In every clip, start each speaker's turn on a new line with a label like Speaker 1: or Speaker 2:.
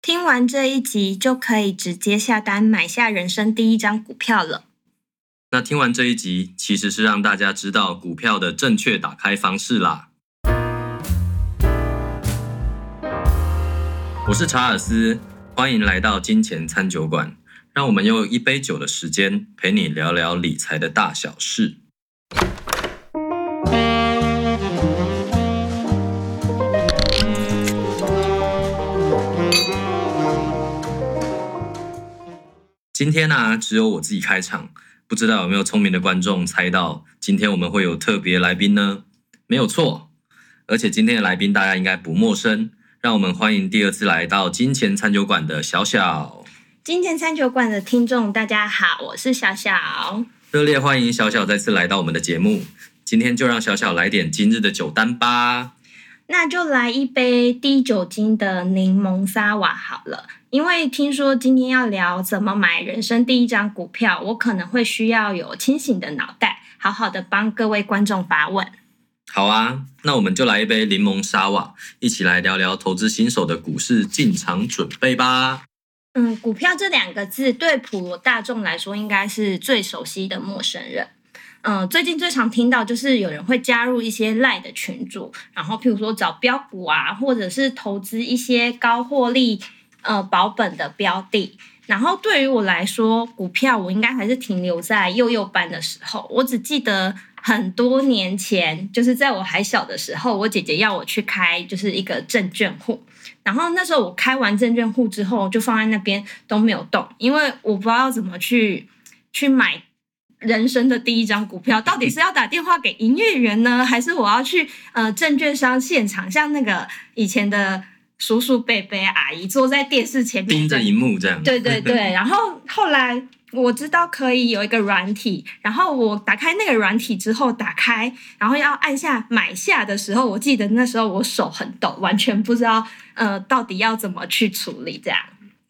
Speaker 1: 听完这一集，就可以直接下单买下人生第一张股票了。
Speaker 2: 那听完这一集，其实是让大家知道股票的正确打开方式啦。我是查尔斯，欢迎来到金钱餐酒馆，让我们用一杯酒的时间陪你聊聊理财的大小事。今天呢、只有我自己开场，不知道有没有聪明的观众猜到今天我们会有特别来宾呢？没有错，而且今天的来宾大家应该不陌生，让我们欢迎第二次来到金钱餐酒馆的小小，
Speaker 1: 今天餐酒馆的听众大家好，我是小小。
Speaker 2: 热烈欢迎小小再次来到我们的节目。今天就让小小来点今日的酒单吧。
Speaker 1: 那就来一杯低酒精的柠檬沙瓦好了，因为听说今天要聊怎么买人生第一张股票，我可能会需要有清醒的脑袋，好好的帮各位观众发问。
Speaker 2: 好啊，那我们就来一杯柠檬沙瓦，一起来聊聊投资新手的股市进场准备吧。
Speaker 1: 嗯，股票这两个字对普罗大众来说应该是最熟悉的陌生人。嗯，最近最常听到就是有人会加入一些赖的群组，然后譬如说找标股啊，或者是投资一些高获利呃保本的标的。然后对于我来说，股票我应该还是停留在幼幼班的时候，我只记得很多年前，就是在我还小的时候，我姐姐要我去开就是一个证券户，然后那时候我开完证券户之后，就放在那边都没有动，因为我不知道怎么去去买人生的第一张股票，到底是要打电话给营业员呢，还是我要去呃证券商现场，像那个以前的叔叔伯伯阿姨坐在电视前面
Speaker 2: 盯着荧幕这样，
Speaker 1: 对对对，然后后来我知道可以有一个软体，然后我打开那个软体之后，打开然后要按下买下的时候，我记得那时候我手很抖，完全不知道呃到底要怎么去处理这样。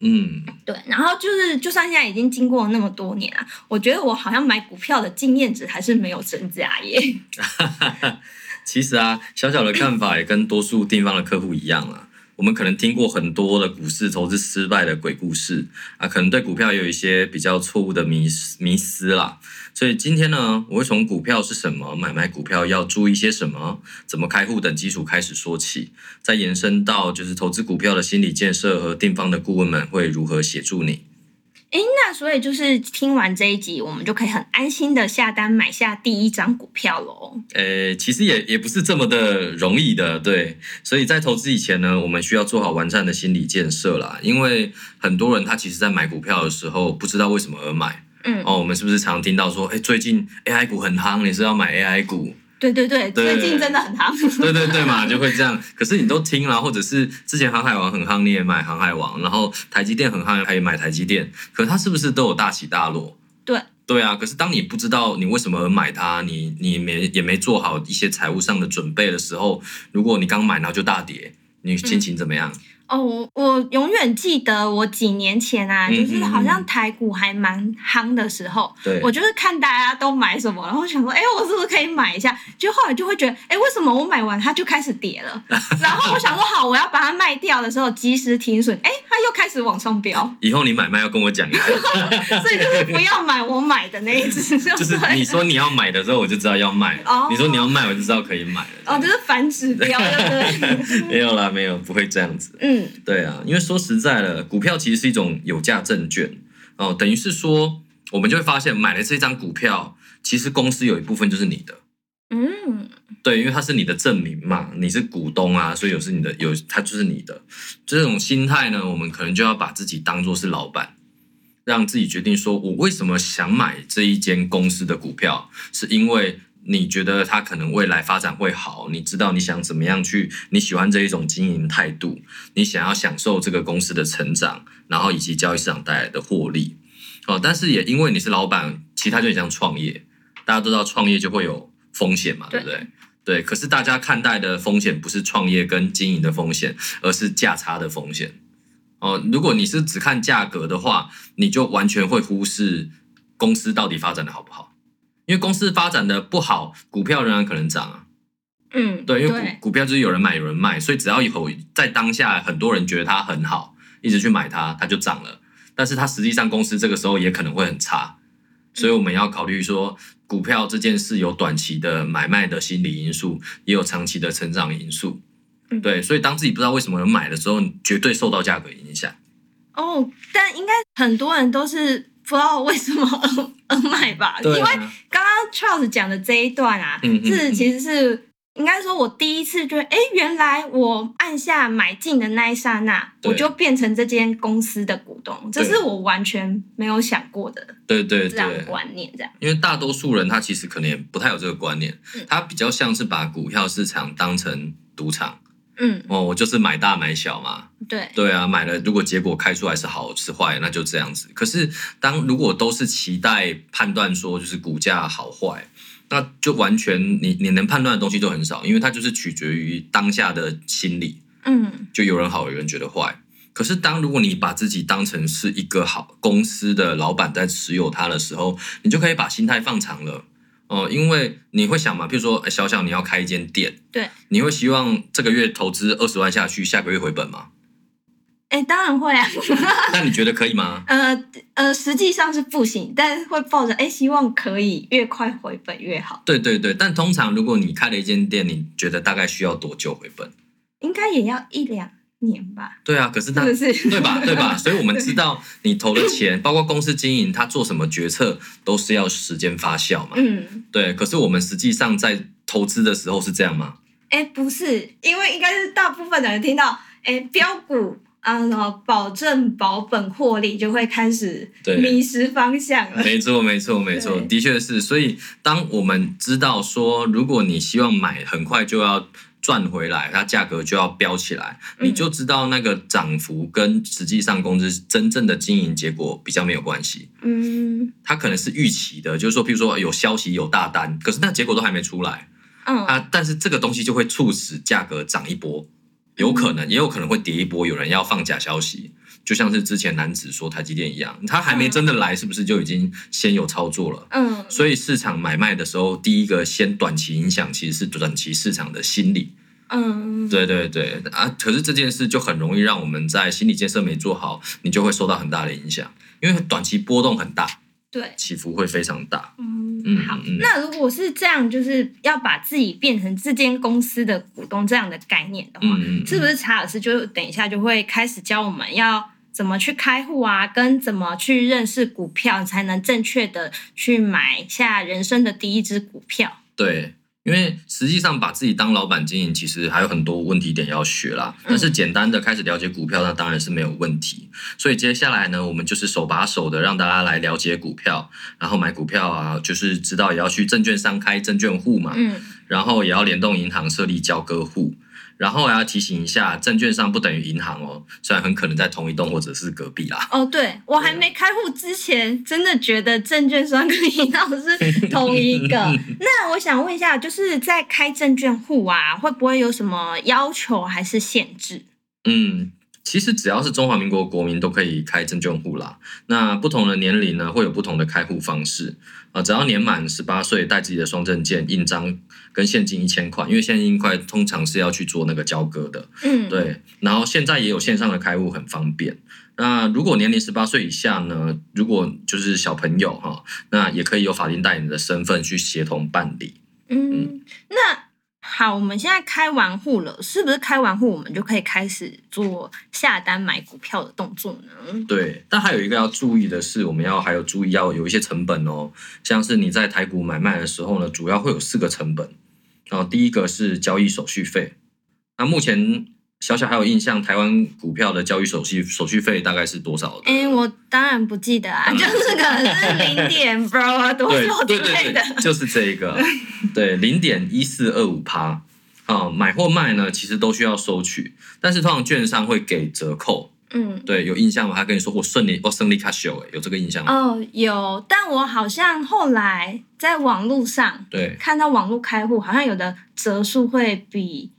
Speaker 2: 嗯，
Speaker 1: 对，然后就是就算现在已经经过了那么多年啊，我觉得我好像买股票的经验值还是没有增加 耶。
Speaker 2: 其实啊，小小的看法也跟多数地方的客户一样啊。我们可能听过很多的股市投资失败的鬼故事啊，可能对股票也有一些比较错误的迷思迷思啦。所以今天呢，我会从股票是什么、买卖股票要注意些什么、怎么开户等基础开始说起，再延伸到就是投资股票的心理建设和定方的顾问们会如何协助你。
Speaker 1: 那所以就是听完这一集，我们就可以很安心的下单买下第一张股票喽。
Speaker 2: 呃，其实也也不是这么的容易的，对。所以在投资以前呢，我们需要做好完善的心理建设啦。因为很多人他其实在买股票的时候，不知道为什么而买。
Speaker 1: 嗯
Speaker 2: 哦，我们是不是常听到说，哎，最近 AI 股很夯，你是要买 AI 股？
Speaker 1: 对对对，
Speaker 2: 对
Speaker 1: 最近真的很 夯。
Speaker 2: 对对对嘛，就会这样。可是你都听了，或者是之前航海王很夯，你也买航海王，然后台积电很夯，可以买台积电。可它是不是都有大起大落？
Speaker 1: 对。
Speaker 2: 对啊，可是当你不知道你为什么而买它，你你没也没做好一些财务上的准备的时候，如果你刚买然后就大跌，你心情怎么样？
Speaker 1: 哦，我我永远记得我几年前啊，
Speaker 2: 嗯
Speaker 1: 就是好
Speaker 2: 嗯
Speaker 1: 像台股还蛮夯的时候，
Speaker 2: 对，
Speaker 1: 我就是看大家都买什么，然后想说，哎，我是不是可以买一下？就后来就会觉得，哎，为什么我买完它就开始跌了？ 然后我想说，好，我要把它卖掉的时候及时停损，哎，它又开始往上 飙，
Speaker 2: 以后你买卖要跟我讲一下，
Speaker 1: 所以就是不要买我买的那一 只，就
Speaker 2: 就是你说你要买的时候，我就知道要卖了；
Speaker 1: 哦
Speaker 2: 你说你要卖，我就知道可以买了。
Speaker 1: 哦，就是反指标，对不 对？
Speaker 2: 没有啦，没有，不会这样子。
Speaker 1: 嗯。
Speaker 2: 对啊，因为说实在的，股票其实是一种有价证券哦，等于是说，我们就会发现买了这张股票，其实公司有一部分就是你的，
Speaker 1: 嗯，
Speaker 2: 对，因为它是你的证明嘛，你是股东啊，所以有是你的，有它就是你的。这种心态呢，我们可能就要把自己当做是老板，让自己决定说，我为什么想买这一间公司的股票，是因为。你觉得它可能未来发展会好？你知道你想怎么样去？你喜欢这一种经营态度，你想要享受这个公司的成长，然后以及交易市场带来的获利。哦，但是也因为你是老板，其他就很像创业，大家都知道创业就会有风险嘛，对不对？对，可是大家看待的风险不是创业跟经营的风险，而是价差的风险。哦，如果你是只看价格的话，你就完全会忽视公司到底发展的好不好。因为公司发展的不好，股票仍然可能涨啊。
Speaker 1: 嗯，
Speaker 2: 对，因为股股票就是有人买有人卖，所以只要有在当下很多人觉得它很好，一直去买它，它就涨了。但是它实际上公司这个时候也可能会很差，所以我们要考虑说，股票这件事有短期的买卖的心理因素，也有长期的成长因素
Speaker 1: 嗯。
Speaker 2: 对，所以当自己不知道为什么能买的时候，你绝对受到价格影响。
Speaker 1: 哦，但应该很多人都是不知道为什么而而买吧，因
Speaker 2: 对
Speaker 1: 为
Speaker 2: 啊，
Speaker 1: 刚刚 Charles 讲的这一段啊，
Speaker 2: 嗯嗯
Speaker 1: 是
Speaker 2: 嗯
Speaker 1: 其实是应该说，我第一次觉得，哎，原来我按下买进的那一刹那，
Speaker 2: 对
Speaker 1: 我就变成这间公司的股东，这
Speaker 2: 对
Speaker 1: 是我完全没有想过的
Speaker 2: 对对
Speaker 1: 这样的
Speaker 2: 对，
Speaker 1: 观念，这样
Speaker 2: 因为大多数人他其实可能也不太有这个观念，他比较像是把股票市场当成赌场
Speaker 1: 嗯，
Speaker 2: 哦，我就是买大买小嘛，
Speaker 1: 对，
Speaker 2: 对啊，买了如果结果开出来是好是坏，那就这样子。可是当如果都是期待判断说就是股价好坏，那就完全你你能判断的东西都很少，因为它就是取决于当下的心理，
Speaker 1: 嗯
Speaker 2: 就有人好，有人觉得坏。可是当如果你把自己当成是一个好公司的老板在持有它的时候，你就可以把心态放长了。哦、因为你会想嘛，譬如说，哎小小你要开一间店，
Speaker 1: 对，
Speaker 2: 你会希望这个月投资二十万下去，下个月回本吗？
Speaker 1: 哎，当然会啊，
Speaker 2: 那你觉得可以吗？
Speaker 1: 呃呃，实际上是不行，但是会抱着哎，希望可以越快回本越好，
Speaker 2: 对对对，但通常如果你开了一间店，你觉得大概需要多久回本？
Speaker 1: 应该也要一两年吧，
Speaker 2: 对啊，可是 那
Speaker 1: 是不是？
Speaker 2: 对吧？对吧？所以我们
Speaker 1: 对
Speaker 2: 知道你投的钱，包括公司经营，他做什么决策都是要时间发酵嘛。
Speaker 1: 嗯，
Speaker 2: 对，可是我们实际上在投资的时候是这 样吗？
Speaker 1: 哎，不是，因为应该是大部分的人听到，哎，标股啊，什么保证保本获利，就会开始
Speaker 2: 对
Speaker 1: 迷失方向了。
Speaker 2: 没错，没错，没错，
Speaker 1: 对
Speaker 2: 的确是。所以，当我们知道说，如果你希望买很快就要赚回来，它价格就要飙起来，
Speaker 1: 嗯
Speaker 2: 你就知道那个涨幅跟实际上公司真正的经营结果比较没有关系。
Speaker 1: 嗯
Speaker 2: 它可能是预期的，就是说，譬如说有消息有大单，可是那结果都还没出来
Speaker 1: 嗯、
Speaker 2: 啊。但是这个东西就会促使价格涨一波，有可能也有可能会跌一波，有人要放假消息，就像是之前南子说台积电一样，它还没真的来，是不是就已经先有操作了？
Speaker 1: 嗯，
Speaker 2: 所以市场买卖的时候，第一个先短期影响其实是短期市场的心理。
Speaker 1: 嗯，
Speaker 2: 对对对啊，可是这件事就很容易让我们在心理建设没做好，你就会受到很大的影响，因为短期波动很大，
Speaker 1: 对，
Speaker 2: 起伏会非常大。
Speaker 1: 嗯
Speaker 2: 嗯
Speaker 1: 好
Speaker 2: 嗯。
Speaker 1: 那如果是这样，就是要把自己变成这间公司的股东这样的概念的话，
Speaker 2: 嗯嗯，
Speaker 1: 是不是查尔斯就等一下就会开始教我们要怎么去开户啊，跟怎么去认识股票，才能正确的去买下人生的第一只股票？
Speaker 2: 对，因为实际上把自己当老板经营，其实还有很多问题点要学啦。但是简单的开始了解股票，那当然是没有问题。所以接下来呢，我们就是手把手的让大家来了解股票，然后买股票啊，就是知道也要去证券商开证券户嘛，
Speaker 1: 嗯
Speaker 2: 然后也要联动银行设立交割户。然后还要提醒一下，证券商不等于银行哦，虽然很可能在同一栋或者是隔壁啦。
Speaker 1: 哦，对我还没开户之前，真的觉得证券商跟银行是同一 个。那我想问一下，就是在开证券户啊，会不会有什么要求还是限制？
Speaker 2: 嗯，其实只要是中华民国国民都可以开证券户啦。那不同的年龄呢，会有不同的开户方式啊、只要年满十八岁，带自己的双证件、印章跟现金一千块，因为现金一块通常是要去做那个交割的。
Speaker 1: 嗯，，
Speaker 2: 对，然后现在也有线上的开户，很方便。那如果年龄十八岁以下呢，如果就是小朋友哈，那也可以有法定代理人的身份去协同办理。
Speaker 1: 嗯，那。好，我们现在开完户了，是不是开完户我们就可以开始做下单买股票的动作呢？
Speaker 2: 对，但还有一个要注意的是，我们要还有注意要有一些成本哦，像是你在台股买卖的时候呢，主要会有四个成本。啊，第一个是交易手续费。那目前小小还有印象，台湾股票的交易手续手续费大概是多少的？
Speaker 1: 哎、我当然不记得啊，就是可能是零 点 bro 啊多
Speaker 2: 对
Speaker 1: 少之
Speaker 2: 对对
Speaker 1: 类的。
Speaker 2: 对，就是这一个，对，零点一四二五趴。啊，买或卖呢，其实都需要收取，但是通常券商会给折扣。
Speaker 1: 嗯，
Speaker 2: 对，有印象吗？他跟你说我顺利，我胜利卡修，哎，有这个印象吗？
Speaker 1: 哦，有，但我好像后来在网络上
Speaker 2: 对，
Speaker 1: 看到网络开户，好像有的折数会比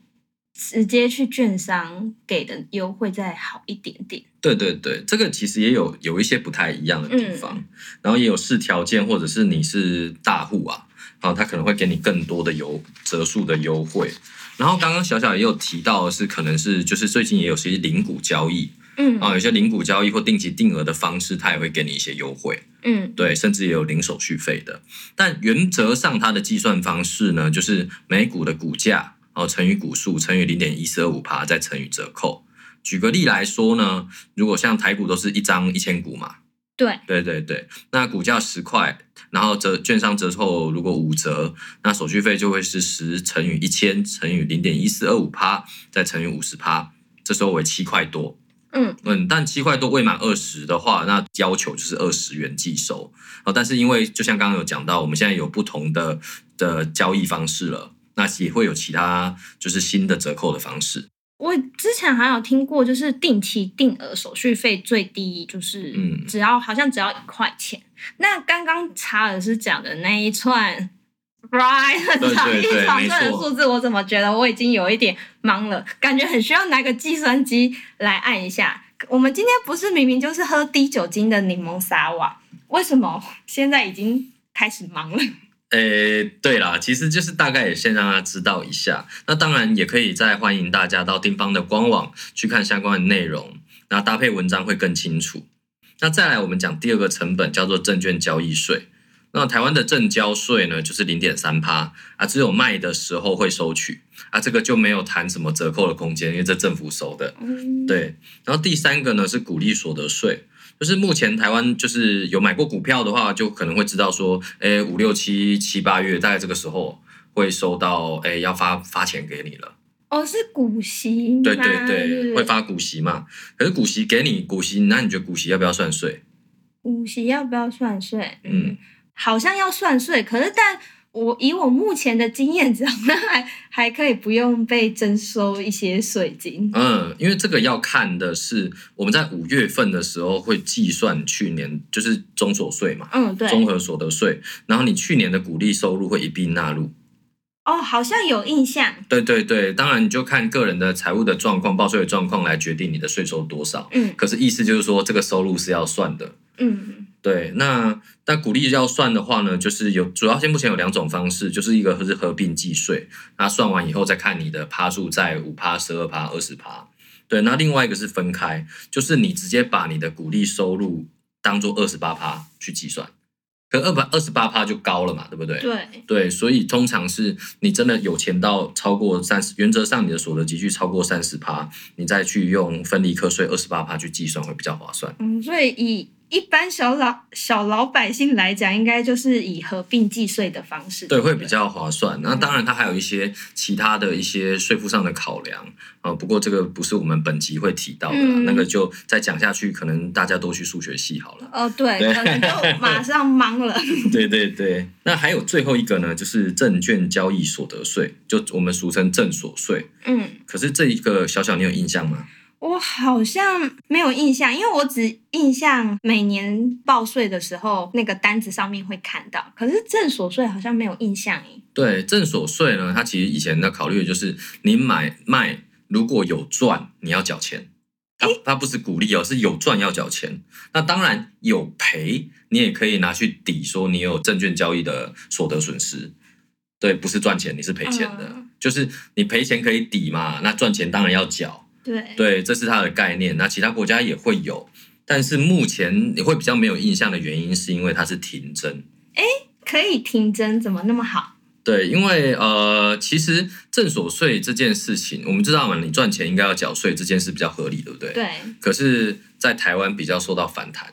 Speaker 1: 直接去券商给的优惠再好一点点。
Speaker 2: 对对对，这个其实也有有一些不太一样的地方，然后也有视条件，或者是你是大户啊，啊，他可能会给你更多的优折数的优惠。然后刚刚小小也有提到的是，可能是就是最近也有些零股交易
Speaker 1: 嗯
Speaker 2: 啊，有些零股交易或定期定额的方式，它也会给你一些优惠。
Speaker 1: 嗯
Speaker 2: 对，甚至也有零手续费的。但原则上，它的计算方式呢，就是每股的股价哦乘以股数乘以零点一四二五趴，再乘以折扣。举个例来说呢，如果像台股都是一张一千股嘛，
Speaker 1: 对
Speaker 2: 对对对，那股价十块，然后折券商折扣如果五折，那手续费就会是十乘以一千乘以零点一四二五趴，再乘以五十趴，这时候为七块多。
Speaker 1: 嗯
Speaker 2: 嗯，但七块多未满二十的话，那要求就是二十元计收啊。但是因为就像刚刚有讲到，我们现在有不同的的交易方式了，那也会有其他就是新的折扣的方式。
Speaker 1: 我之前还有听过，就是定期定额手续费最低就是
Speaker 2: 嗯
Speaker 1: 只要、好像只要一块钱。那刚刚查尔斯讲的那一串 Brian 很
Speaker 2: 对
Speaker 1: 长
Speaker 2: 对
Speaker 1: 一
Speaker 2: 对
Speaker 1: 长
Speaker 2: 没
Speaker 1: 串的
Speaker 2: 错
Speaker 1: 数字，我怎么觉得我已经有一点懵了？感觉很需要拿个计算机来按一下。我们今天不是明明就是喝低酒精的柠檬沙瓦，为什么现在已经开始忙了？
Speaker 2: 诶，呃对啦，其实就是大概也先让大家知道一下。那当然也可以再欢迎大家到丁方的官网去看相关的内容，那搭配文章会更清楚。那再来，我们讲第二个成本叫做证券交易税。那台湾的证交税呢，就是零点三趴啊，只有卖的时候会收取啊，这个就没有谈什么折扣的空间，因为这政府收的。
Speaker 1: 嗯，
Speaker 2: 对，然后第三个呢是股利所得税，就是目前台湾就是有买过股票的话，就可能会知道说，哎，五六七七八月大概这个时候会收到，哎，要发发钱给你了。
Speaker 1: 哦，是股息吗，
Speaker 2: 对对
Speaker 1: 是不
Speaker 2: 对，
Speaker 1: 是
Speaker 2: 会发股息嘛？可是股息给你股息，那你觉得股息要不要算税？
Speaker 1: 股息要不要算税？
Speaker 2: 嗯，
Speaker 1: 好像要算税，可是但我以我目前的经验，只要那还还可以不用被征收一些税金。
Speaker 2: 嗯，因为这个要看的是我们在五月份的时候会计算去年就是中所税嘛，
Speaker 1: 嗯，对，
Speaker 2: 综合所得税，然后你去年的股利收入会一并纳入。
Speaker 1: 哦，好像有印象。
Speaker 2: 对对对，当然你就看个人的财务的状况、报税的状况来决定你的税收多少。
Speaker 1: 嗯
Speaker 2: 可是意思就是说，这个收入是要算的。
Speaker 1: 嗯
Speaker 2: 对，那那股利要算的话呢，就是有主要现目前有两种方式，就是一个是合并计税，那算完以后再看你的趴数在五趴、十二趴、二十趴。对，那另外一个是分开，就是你直接把你的股利收入当做二十八趴去计算，可二百二十八趴就高了嘛，对不对？
Speaker 1: 对，
Speaker 2: 对，所以通常是你真的有钱到超过三十，原则上你的所得集聚超过三十趴，你再去用分离课税二十八趴去计算会比较划算。
Speaker 1: 嗯，所以以一般小老小老百姓来讲，应该就是以合并计税的方式。
Speaker 2: 对，
Speaker 1: 不
Speaker 2: 会比较划算。那当然，它还有一些其他的一些税负上的考量啊、呃不过这个不是我们本集会提到的啦，
Speaker 1: 嗯
Speaker 2: 那个就再讲下去，可能大家都去数学系好了。
Speaker 1: 哦，对，
Speaker 2: 对
Speaker 1: 可能就马 上忙了。
Speaker 2: 对对对，那还有最后一个呢，就是证券交易所得税，就我们俗称证所税。
Speaker 1: 嗯。
Speaker 2: 可是这一个小小，你有印象吗？
Speaker 1: 我好像没有印象，因为我只印象每年报税的时候那个单子上面会看到，可是正所税好像没有印象欸诶。
Speaker 2: 对，正所税呢，它其实以前的考虑的就是你买卖如果有赚，你要缴钱。它它不是鼓励哦，是有赚要缴钱。那当然有赔，你也可以拿去抵说你有证券交易的所得损失。对，不是赚钱，你是赔钱的，
Speaker 1: 嗯
Speaker 2: 就是你赔钱可以抵嘛，那赚钱当然要缴。
Speaker 1: 对，
Speaker 2: 对，这是它的概念。那其他国家也会有，但是目前你会比较没有印象的原因，是因为它是停征。
Speaker 1: 可以停征，怎么那么好？
Speaker 2: 对，因为呃，其实正所税这件事情，我们知道嘛，你赚钱应该要缴税，这件事比较合理，对不对？。
Speaker 1: 对，
Speaker 2: 可是，在台湾比较受到反弹，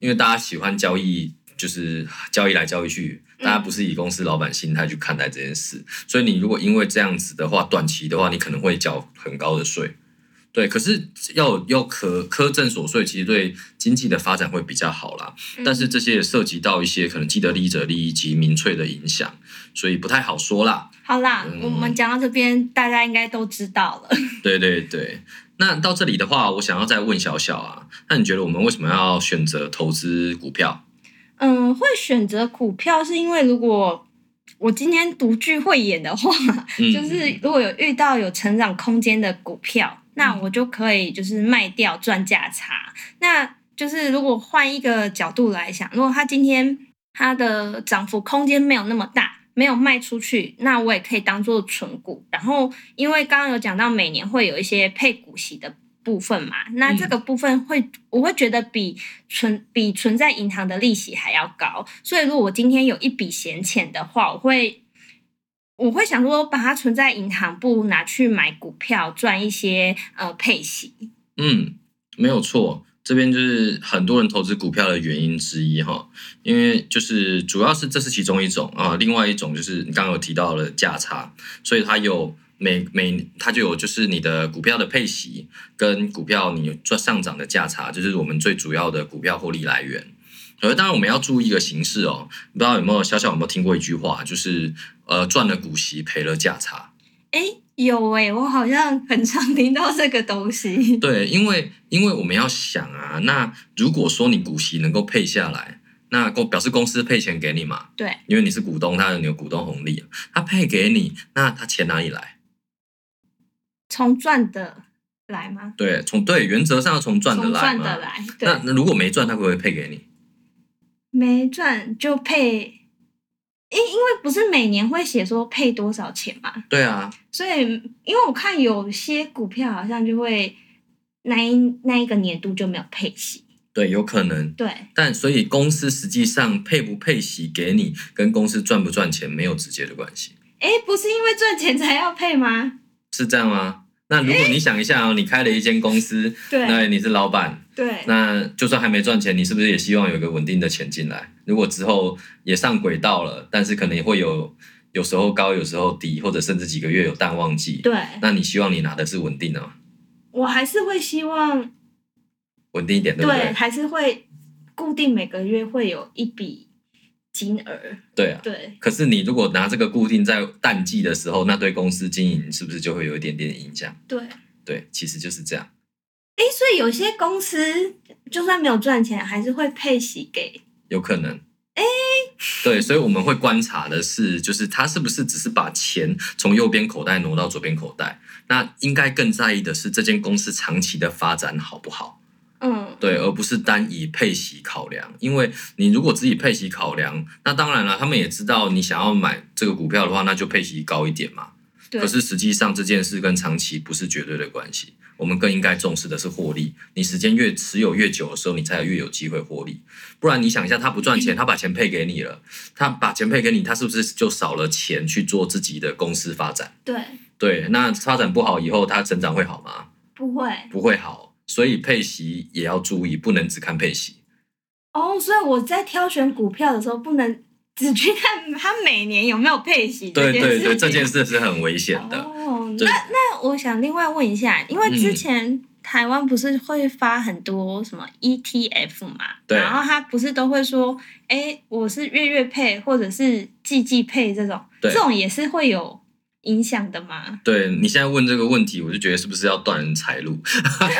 Speaker 2: 因为大家喜欢交易，就是交易来交易去，大家不是以公司老板心态去看待这件事，所以你如果因为这样子的话，短期的话，你可能会缴很高的税。对，可是要要科科正所税，其实对经济的发展会比较好啦。
Speaker 1: 嗯
Speaker 2: 但是这些也涉及到一些可能既得利益者利益及民粹的影响，所以不太好说啦。
Speaker 1: 好啦，
Speaker 2: 嗯
Speaker 1: 我们讲到这边，大家应该都知道了。
Speaker 2: 对对对，那到这里的话，我想要再问小小啊，那你觉得我们为什么要选择投资股票？
Speaker 1: 嗯，会选择股票是因为如果我今天独具慧眼的话，
Speaker 2: 嗯嗯
Speaker 1: 就是如果有遇到有成长空间的股票，那我就可以就是卖掉赚价差。那就是如果换一个角度来想，如果它今天它的涨幅空间没有那么大，没有卖出去，那我也可以当做存股。然后，因为刚刚有讲到每年会有一些配股息的部分嘛，那这个部分会、我会觉得比存比存在银行的利息还要高。所以，如果我今天有一笔闲钱的话，我会我会想说把它存在银行，不如拿去买股票赚一些呃配息。
Speaker 2: 嗯，没有错，这边就是很多人投资股票的原因之一哈，因为就是主要是这是其中一种啊，另外一种就是你刚刚有提到了价差，所以它有每每它就有就是你的股票的配息跟股票你赚上涨的价差，就是我们最主要的股票获利来源。而当然我们要注意一个形式哦，不知道有没有小小有没有听过一句话，就是呃赚了股息赔了价差。
Speaker 1: 诶，有诶，我好像很常听到这个东西。
Speaker 2: 对，因为因为我们要想啊，那如果说你股息能够配下来，那公表示公司配钱给你嘛，
Speaker 1: 对，
Speaker 2: 因为你是股东，他有股东红利，啊他配给你，那他钱哪里来？
Speaker 1: 从赚的来吗？
Speaker 2: 对，从对原则上从赚的
Speaker 1: 从
Speaker 2: 来
Speaker 1: 赚
Speaker 2: 嘛。
Speaker 1: 的来，对
Speaker 2: 那，那如果没赚，他会不会配给你？
Speaker 1: 没赚就配，因因为不是每年会写说配多少钱嘛，
Speaker 2: 对啊，
Speaker 1: 所以因为我看有些股票好像就会那一那一个年度就没有配息，
Speaker 2: 对，有可能。
Speaker 1: 对，
Speaker 2: 但所以公司实际上配不配息给你，跟公司赚不赚钱没有直接的关系，
Speaker 1: 诶，不是因为赚钱才要配吗？
Speaker 2: 是这样吗？那如果你想一下哦，你开了一间公司，
Speaker 1: 对
Speaker 2: 那你是老板，
Speaker 1: 对
Speaker 2: 那就算还没赚钱，你是不是也希望有一个稳定的钱进来？如果之后也上轨道了，但是可能也会有有时候高，有时候低，或者甚至几个月有淡旺季。
Speaker 1: 对，
Speaker 2: 那你希望你拿的是稳定的吗？
Speaker 1: 我还是会希望
Speaker 2: 稳定一点，对不
Speaker 1: 对，
Speaker 2: 对？
Speaker 1: 还是会固定每个月会有一笔金额，
Speaker 2: 对啊。
Speaker 1: 对，
Speaker 2: 可是你如果拿这个固定在淡季的时候，那对公司经营是不是就会有一点点影响？
Speaker 1: 对。
Speaker 2: 对，其实就是这样。
Speaker 1: 诶，所以有些公司就算没有赚钱，还是会配息给。
Speaker 2: 有可能。对，所以我们会观察的是，就是他是不是只是把钱从右边口袋挪到左边口袋？那应该更在意的是这间公司长期的发展好不好？
Speaker 1: 嗯，
Speaker 2: 对，而不是单以配息考量。因为你如果只以配息考量，那当然了，他们也知道你想要买这个股票的话，那就配息高一点嘛。
Speaker 1: 对。
Speaker 2: 可是实际上这件事跟长期不是绝对的关系，我们更应该重视的是获利。你时间越持有越久的时候，你才有越有机会获利。不然你想一下，他不赚
Speaker 1: 嗯
Speaker 2: 钱，他把钱配给你了，他把钱配给你，他是不是就少了钱去做自己的公司发展？
Speaker 1: 对，
Speaker 2: 对，那发展不好以后，他成长会好吗？
Speaker 1: 不会
Speaker 2: 不会好，所以配息也要注意，不能只看配息。
Speaker 1: 哦。所以我在挑选股票的时候，不能 只去看它每年有没有配息
Speaker 2: 对对对，这
Speaker 1: 这
Speaker 2: 件
Speaker 1: 件事情。
Speaker 2: 事是很危险的。
Speaker 1: 哦，那
Speaker 2: 对嗯
Speaker 1: 那我想另外问一下，因为之前台湾不是会发很多什么 ETF 嘛？
Speaker 2: 对
Speaker 1: 然后它不是都会说，诶，我是月月配或者是季季配这种，
Speaker 2: 对
Speaker 1: 这种也是会有影响的嘛？
Speaker 2: 对你现在问这个问题，我就觉得是不是要断人财路？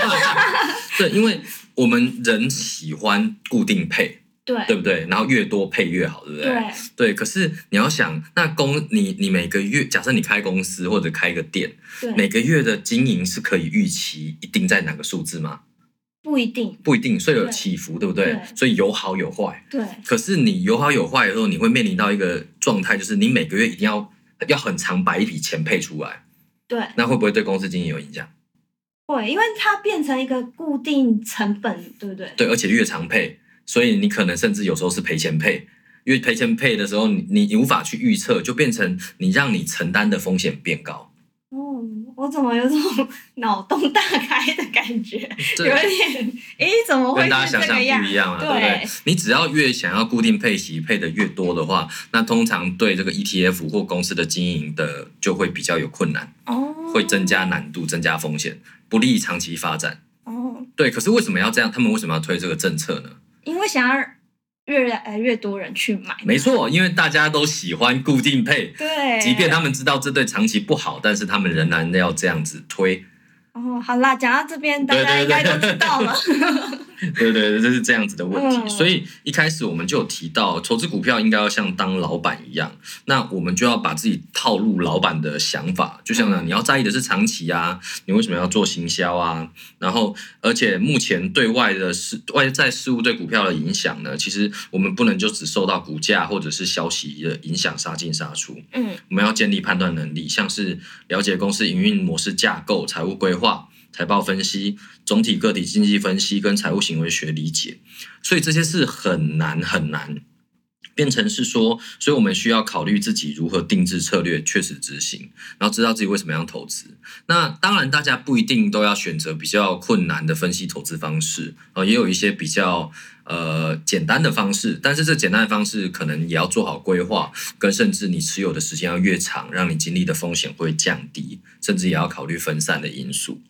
Speaker 2: 对，因为我们人喜欢固定配，
Speaker 1: 对
Speaker 2: 对不对？然后越多配越好，对不对？
Speaker 1: 对
Speaker 2: 对可是你要想，那公你你每个月，假设你开公司或者开一个店，
Speaker 1: 对，
Speaker 2: 每个月的经营是可以预期一定在哪个数字吗？
Speaker 1: 不一定，
Speaker 2: 不一定，所以有
Speaker 1: 对
Speaker 2: 起伏，对不对？
Speaker 1: 对
Speaker 2: 所以有好有坏。
Speaker 1: 对
Speaker 2: 可是你有好有坏的时候，你会面临到一个状态，就是你每个月一定要要很长把一笔钱配出来，
Speaker 1: 对，
Speaker 2: 那会不会对公司经营有影响？
Speaker 1: 会，因为它变成一个固定成本，对不对？
Speaker 2: 对，而且越常配，所以你可能甚至有时候是赔钱配，因为赔钱配的时候你，你你无法去预测，就变成你让你承担的风险变高。
Speaker 1: 哦，我怎么有种 脑洞大开的感觉？ 有一点，诶，怎么会
Speaker 2: 跟大家
Speaker 1: 是
Speaker 2: 想
Speaker 1: 这
Speaker 2: 象
Speaker 1: 个样
Speaker 2: 不？一样啊，对不对
Speaker 1: 对？
Speaker 2: 你只要越想要固定配息配的越多的话，那通常对这个 ETF 或公司的经营的就会比较有困难，
Speaker 1: 哦，
Speaker 2: 会增加难度、增加风险，不利长期发展。
Speaker 1: 哦，
Speaker 2: 对，可是为什么要这样？他们为什么要推这个政策呢？
Speaker 1: 因为想要越来呃越多人去买，
Speaker 2: 没错，因为大家都喜欢固定配，
Speaker 1: 对，
Speaker 2: 即便他们知道这对长期不好，但是他们仍然要这样子推。
Speaker 1: 哦，好啦，讲到这边，大
Speaker 2: 对
Speaker 1: 家
Speaker 2: 对
Speaker 1: 应该
Speaker 2: 对
Speaker 1: 都知道了。
Speaker 2: 对对对，这是这样子的问题。
Speaker 1: 嗯
Speaker 2: 所以一开始我们就有提到，投资股票应该要像当老板一样，那我们就要把自己套入老板的想法，就像呢，你要在意的是长期啊，你为什么要做行销啊？然后，而且目前对外的事、外在事物对股票的影响呢，其实我们不能就只受到股价或者是消息的影响，杀进杀出。
Speaker 1: 嗯
Speaker 2: 我们要建立判断能力，像是了解公司营运模式架构、财务规划、财报分析、总体个体经济分析跟财务行为学理解。所以这些是很难很难，变成是说，所以我们需要考虑自己如何定制策略，确实执行，然后知道自己为什么要投资。那当然，大家不一定都要选择比较困难的分析投资方式，呃，也有一些比较。呃，简单的方式，但是这简单的方式可能也要做好规划，跟甚至你持有的时间要越长，让你经历的风险会降低，甚至也要考虑分散的因素，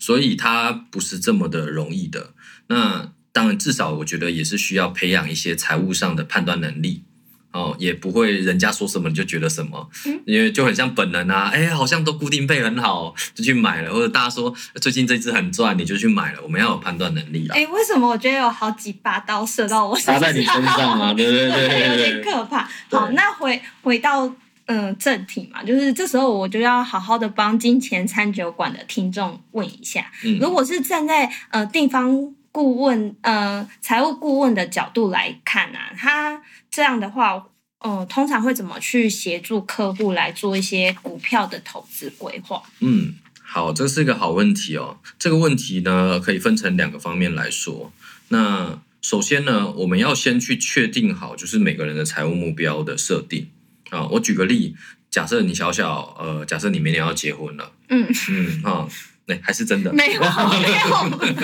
Speaker 2: 所以它不是这么的容易的。那当然，至少我觉得也是需要培养一些财务上的判断能力。哦，也不会人家说什么你就觉得什么，
Speaker 1: 嗯
Speaker 2: 因为就很像本能啊，哎、好像都固定配很好，就去买了，或者大家说哎最近这只很赚，你就去买了。我们要有判断能力啦，
Speaker 1: 哎、为什么我觉得有好几把刀射到我身上？
Speaker 2: 砸在你身上嘛，对对对
Speaker 1: 有
Speaker 2: 对
Speaker 1: 点
Speaker 2: 对，
Speaker 1: 可怕。好，
Speaker 2: 对
Speaker 1: 那回回到嗯正题嘛，就是这时候我就要好好的帮金钱餐酒馆的听众问一下，
Speaker 2: 嗯
Speaker 1: 如果是站在呃地方顾问呃财务顾问的角度来看啊，他这样的话。嗯，通常会怎么去协助客户来做一些股票的投资规划？
Speaker 2: 嗯，好，这是一个好问题哦。这个问题呢，可以分成两个方面来说。那首先呢，我们要先去确定好，就是每个人的财务目标的设定啊。我举个例，假设你小小呃，假设你明年要结婚了，
Speaker 1: 嗯，
Speaker 2: 嗯哈，那、还是真的
Speaker 1: 没有，没有。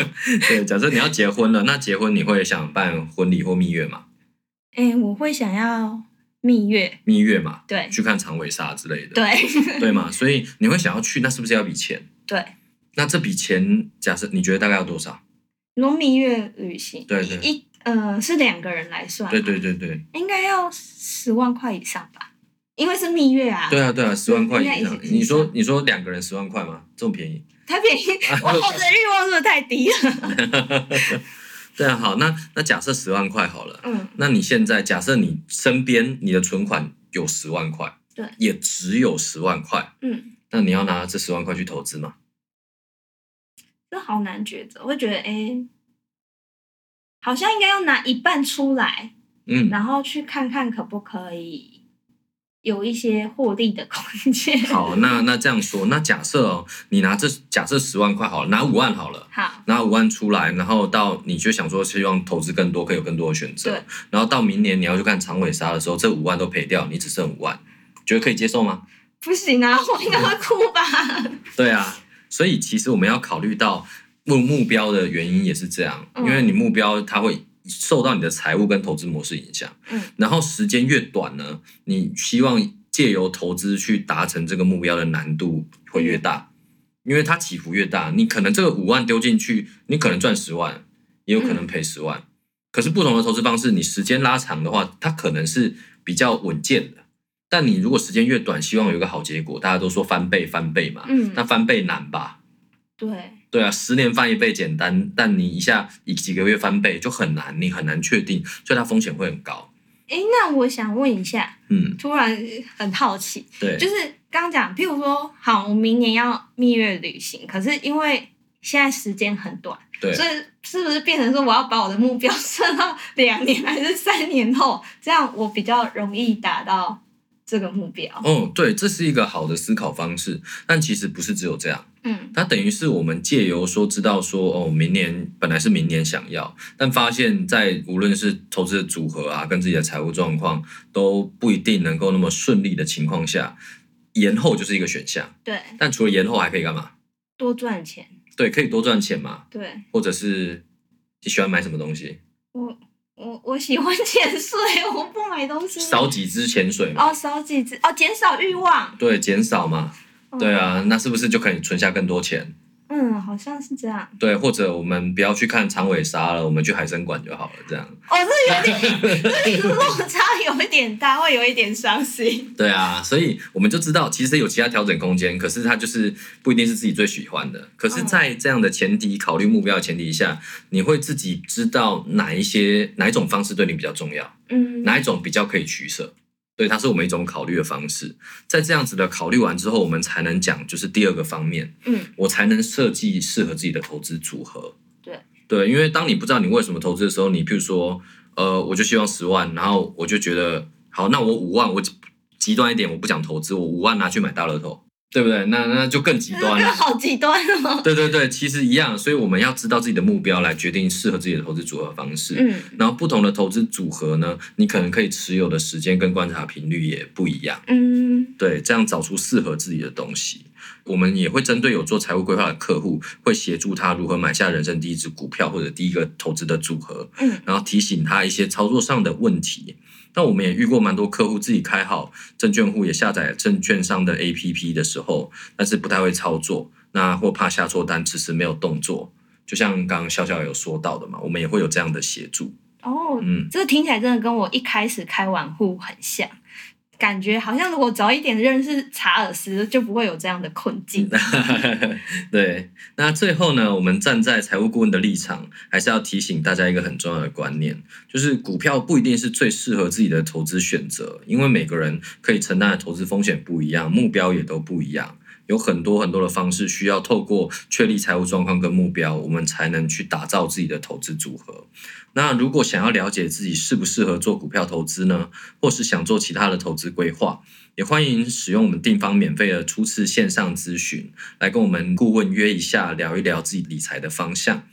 Speaker 2: 对。假设你要结婚了，那结婚你会想办婚礼或蜜月嘛？
Speaker 1: 哎、我会想要蜜月，
Speaker 2: 蜜月嘛，
Speaker 1: 对
Speaker 2: 去看长尾鲨之类的，
Speaker 1: 对
Speaker 2: 对嘛？所以你会想要去，那是不是要一笔钱？
Speaker 1: 对，
Speaker 2: 那这笔钱，假设你觉得大概要多少？
Speaker 1: 你说蜜月旅行，
Speaker 2: 对对
Speaker 1: 一一呃是两个人来算，
Speaker 2: 对，对对对，
Speaker 1: 应该要十万块以上吧，因为是蜜月啊，
Speaker 2: 对啊，对啊，十万块以
Speaker 1: 应该
Speaker 2: 上
Speaker 1: 一。起
Speaker 2: 你说你说两个人十万块吗？这么便宜？
Speaker 1: 太便宜， 我我的欲望是不是太低了？
Speaker 2: 对啊，好，那那假设十万块好了，
Speaker 1: 嗯，
Speaker 2: 那你现在假设你身边你的存款有十万块，
Speaker 1: 对
Speaker 2: 也只有十万块，
Speaker 1: 嗯，
Speaker 2: 那你要拿这十万块去投资吗？
Speaker 1: 这好难抉择，我会觉得哎、诶好像应该要拿一半出来，
Speaker 2: 嗯，
Speaker 1: 然后去看看可不可以有一些获利的空间。
Speaker 2: 好，那那这样说，那假设哦，你拿这假设十万块好了，拿五万好了。
Speaker 1: 好，
Speaker 2: 拿五万出来，然后到你就想说希望投资更多，可以有更多的选择
Speaker 1: 对。
Speaker 2: 然后到明年你要去看长尾鲨的时候，这五万都赔掉，你只剩五万，觉得可以接受吗？
Speaker 1: 不行啊，我应该会哭吧？
Speaker 2: 对啊，所以其实我们要考虑到目目标的原因也是这样，
Speaker 1: 嗯
Speaker 2: 因为你目标它会受到你的财务跟投资模式影响，
Speaker 1: 嗯，
Speaker 2: 然后时间越短呢，你希望借由投资去达成这个目标的难度会越
Speaker 1: 嗯
Speaker 2: 大，因为它起伏越大，你可能这个五万丢进去，你可能赚十万，也有可
Speaker 1: 嗯
Speaker 2: 能赔十万。可是不同的投资方式，你时间拉长的话，它可能是比较稳健的。但你如果时间越短，希望有一个好结果，大家都说翻倍翻倍嘛，
Speaker 1: 嗯
Speaker 2: 那翻倍难吧？
Speaker 1: 对，
Speaker 2: 对啊，十年翻一倍简单，但你一下一几个月翻倍就很难，你很难确定，所以它风险会很高。
Speaker 1: 哎、那我想问一下，
Speaker 2: 嗯，
Speaker 1: 突然很好奇，
Speaker 2: 对，
Speaker 1: 就是刚讲，譬如说，好，我明年要蜜月旅行，可是因为现在时间很短，
Speaker 2: 对
Speaker 1: 所以是不是变成说我要把我的目标设到两年还是三年后，这样我比较容易达到这个目标？
Speaker 2: 哦，对，这是一个好的思考方式，但其实不是只有这样。
Speaker 1: 嗯
Speaker 2: 它等于是我们借由说知道说哦，明年本来是明年想要，但发现在无论是投资的组合啊，跟自己的财务状况都不一定能够那么顺利的情况下，延后就是一个选项。
Speaker 1: 对，
Speaker 2: 但除了延后还可以干嘛？
Speaker 1: 多赚钱，
Speaker 2: 对，可以多赚钱嘛，
Speaker 1: 对
Speaker 2: 或者是你喜欢买什么东西，
Speaker 1: 我我喜欢减税，我不买东西，
Speaker 2: 少几支潜水嘛，
Speaker 1: 哦少几只哦，减少欲望，
Speaker 2: 对，减少嘛，
Speaker 1: 嗯
Speaker 2: 对，啊，那是不是就可以存下更多钱？
Speaker 1: 嗯，好像是这样。
Speaker 2: 对，或者我们不要去看长尾鲨了，我们去海参馆就好了，这样。
Speaker 1: 哦，这有 点，这个落差有一点大，会有一点伤心。
Speaker 2: 对啊，所以我们就知道，其实有其他调整空间，可是它就是不一定是自己最喜欢的。可是，在这样的前提、考虑目标的前提下，你会自己知道哪一些、哪一种方式对你比较重要，
Speaker 1: 嗯，
Speaker 2: 哪一种比较可以取舍。对，它是我们一种考虑的方式。在这样子的考虑完之后，我们才能讲就是第二个方面，
Speaker 1: 嗯，
Speaker 2: 我才能设计适合自己的投资组合。
Speaker 1: 对
Speaker 2: 对，因为当你不知道你为什么投资的时候，你譬如说，呃，我就希望十万，然后我就觉得好，那我五万，我极端一点，我不想投资，我五万拿去买大乐透，对不对？那那就更极端
Speaker 1: 这个
Speaker 2: 了。
Speaker 1: 好极端哦。
Speaker 2: 对对对，其实一样，所以我们要知道自己的目标来决定适合自己的投资组合方式。
Speaker 1: 嗯
Speaker 2: 然后不同的投资组合呢，你可能可以持有的时间跟观察频率也不一样。
Speaker 1: 嗯
Speaker 2: 对，这样找出适合自己的东西。我们也会针对有做财务规划的客户，会协助他如何买下人生第一只股票或者第一个投资的组合，
Speaker 1: 嗯，
Speaker 2: 然后提醒他一些操作上的问题。那我们也遇过蛮多客户自己开好证券户，也下载证券商的 APP 的时候，但是不太会操作，那或怕下错单，迟迟没有动作。就像刚刚笑笑有说到的嘛，我们也会有这样的协助。
Speaker 1: 哦，
Speaker 2: 嗯，
Speaker 1: 这个听起来真的跟我一开始开晚户很像，感觉好像如果早一点认识查尔斯，就不会有这样的困境。
Speaker 2: 对，那最后呢，我们站在财务顾问的立场，还是要提醒大家一个很重要的观念，就是股票不一定是最适合自己的投资选择，因为每个人可以承担的投资风险不一样，目标也都不一样。有很多很多的方式需要透过确立财务状况跟目标，我们才能去打造自己的投资组合。那如果想要了解自己适不适合做股票投资呢，或是想做其他的投资规划，也欢迎使用我们定方免费的初次线上咨询。来跟我们顾问约一下，聊一聊自己理财的方向。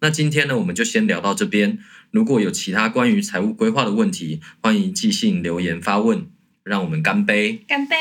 Speaker 2: 那今天呢，我们就先聊到这边。如果有其他关于财务规划的问题，欢迎寄信留言发问。让我们干杯！
Speaker 1: 干杯！